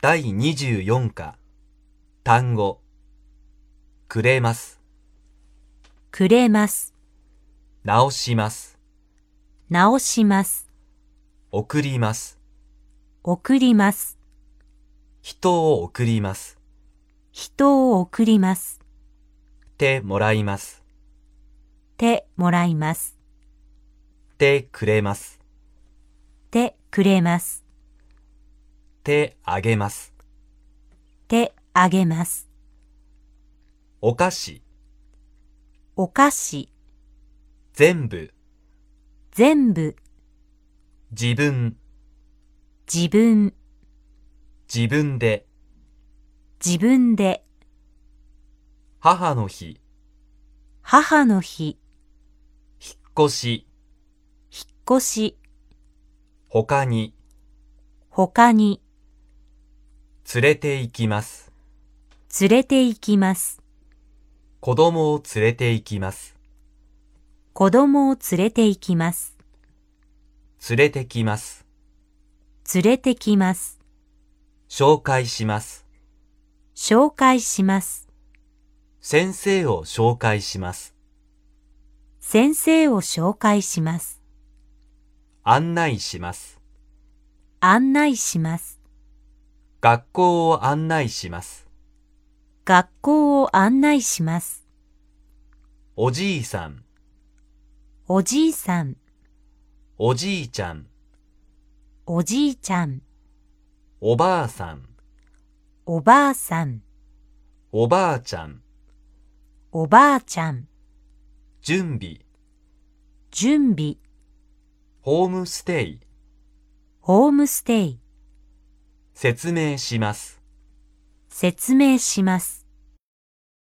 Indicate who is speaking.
Speaker 1: 第24課単語くれます
Speaker 2: くれます、
Speaker 1: 直します
Speaker 2: 直します、
Speaker 1: 送ります
Speaker 2: 送ります、
Speaker 1: 人を送ります
Speaker 2: 人を送ります、
Speaker 1: てもらいます
Speaker 2: てもらいます、
Speaker 1: てくれます
Speaker 2: てくれます、
Speaker 1: てあげます
Speaker 2: てあげます、
Speaker 1: お菓子
Speaker 2: お菓子、
Speaker 1: 全部
Speaker 2: 全部、
Speaker 1: 自分
Speaker 2: 自分、
Speaker 1: 自分で
Speaker 2: 自分で、
Speaker 1: 母の日
Speaker 2: 母の日、
Speaker 1: 引っ越し
Speaker 2: 引っ越し、
Speaker 1: 他に
Speaker 2: 他に、
Speaker 1: 連れて行きます
Speaker 2: 連れて行きます、
Speaker 1: 子供を連れて行きます
Speaker 2: 子供を連れて行きます、
Speaker 1: 連れてきます
Speaker 2: 連れてきます、
Speaker 1: 紹介します
Speaker 2: 紹介します、
Speaker 1: 先生を紹介します
Speaker 2: 先生を紹介します、
Speaker 1: 案内します。
Speaker 2: 案内します、
Speaker 1: 学校を案内します。
Speaker 2: 学校を案内します。
Speaker 1: おじいさん、
Speaker 2: おじいさん、
Speaker 1: おじいちゃん、
Speaker 2: おじいちゃん、
Speaker 1: おばあさん、
Speaker 2: おばあさん、
Speaker 1: おばあちゃん、
Speaker 2: おばあちゃん、
Speaker 1: 準備、
Speaker 2: 準備、
Speaker 1: ホームステイ、
Speaker 2: ホームステイ、
Speaker 1: 説明します。
Speaker 2: 説明します。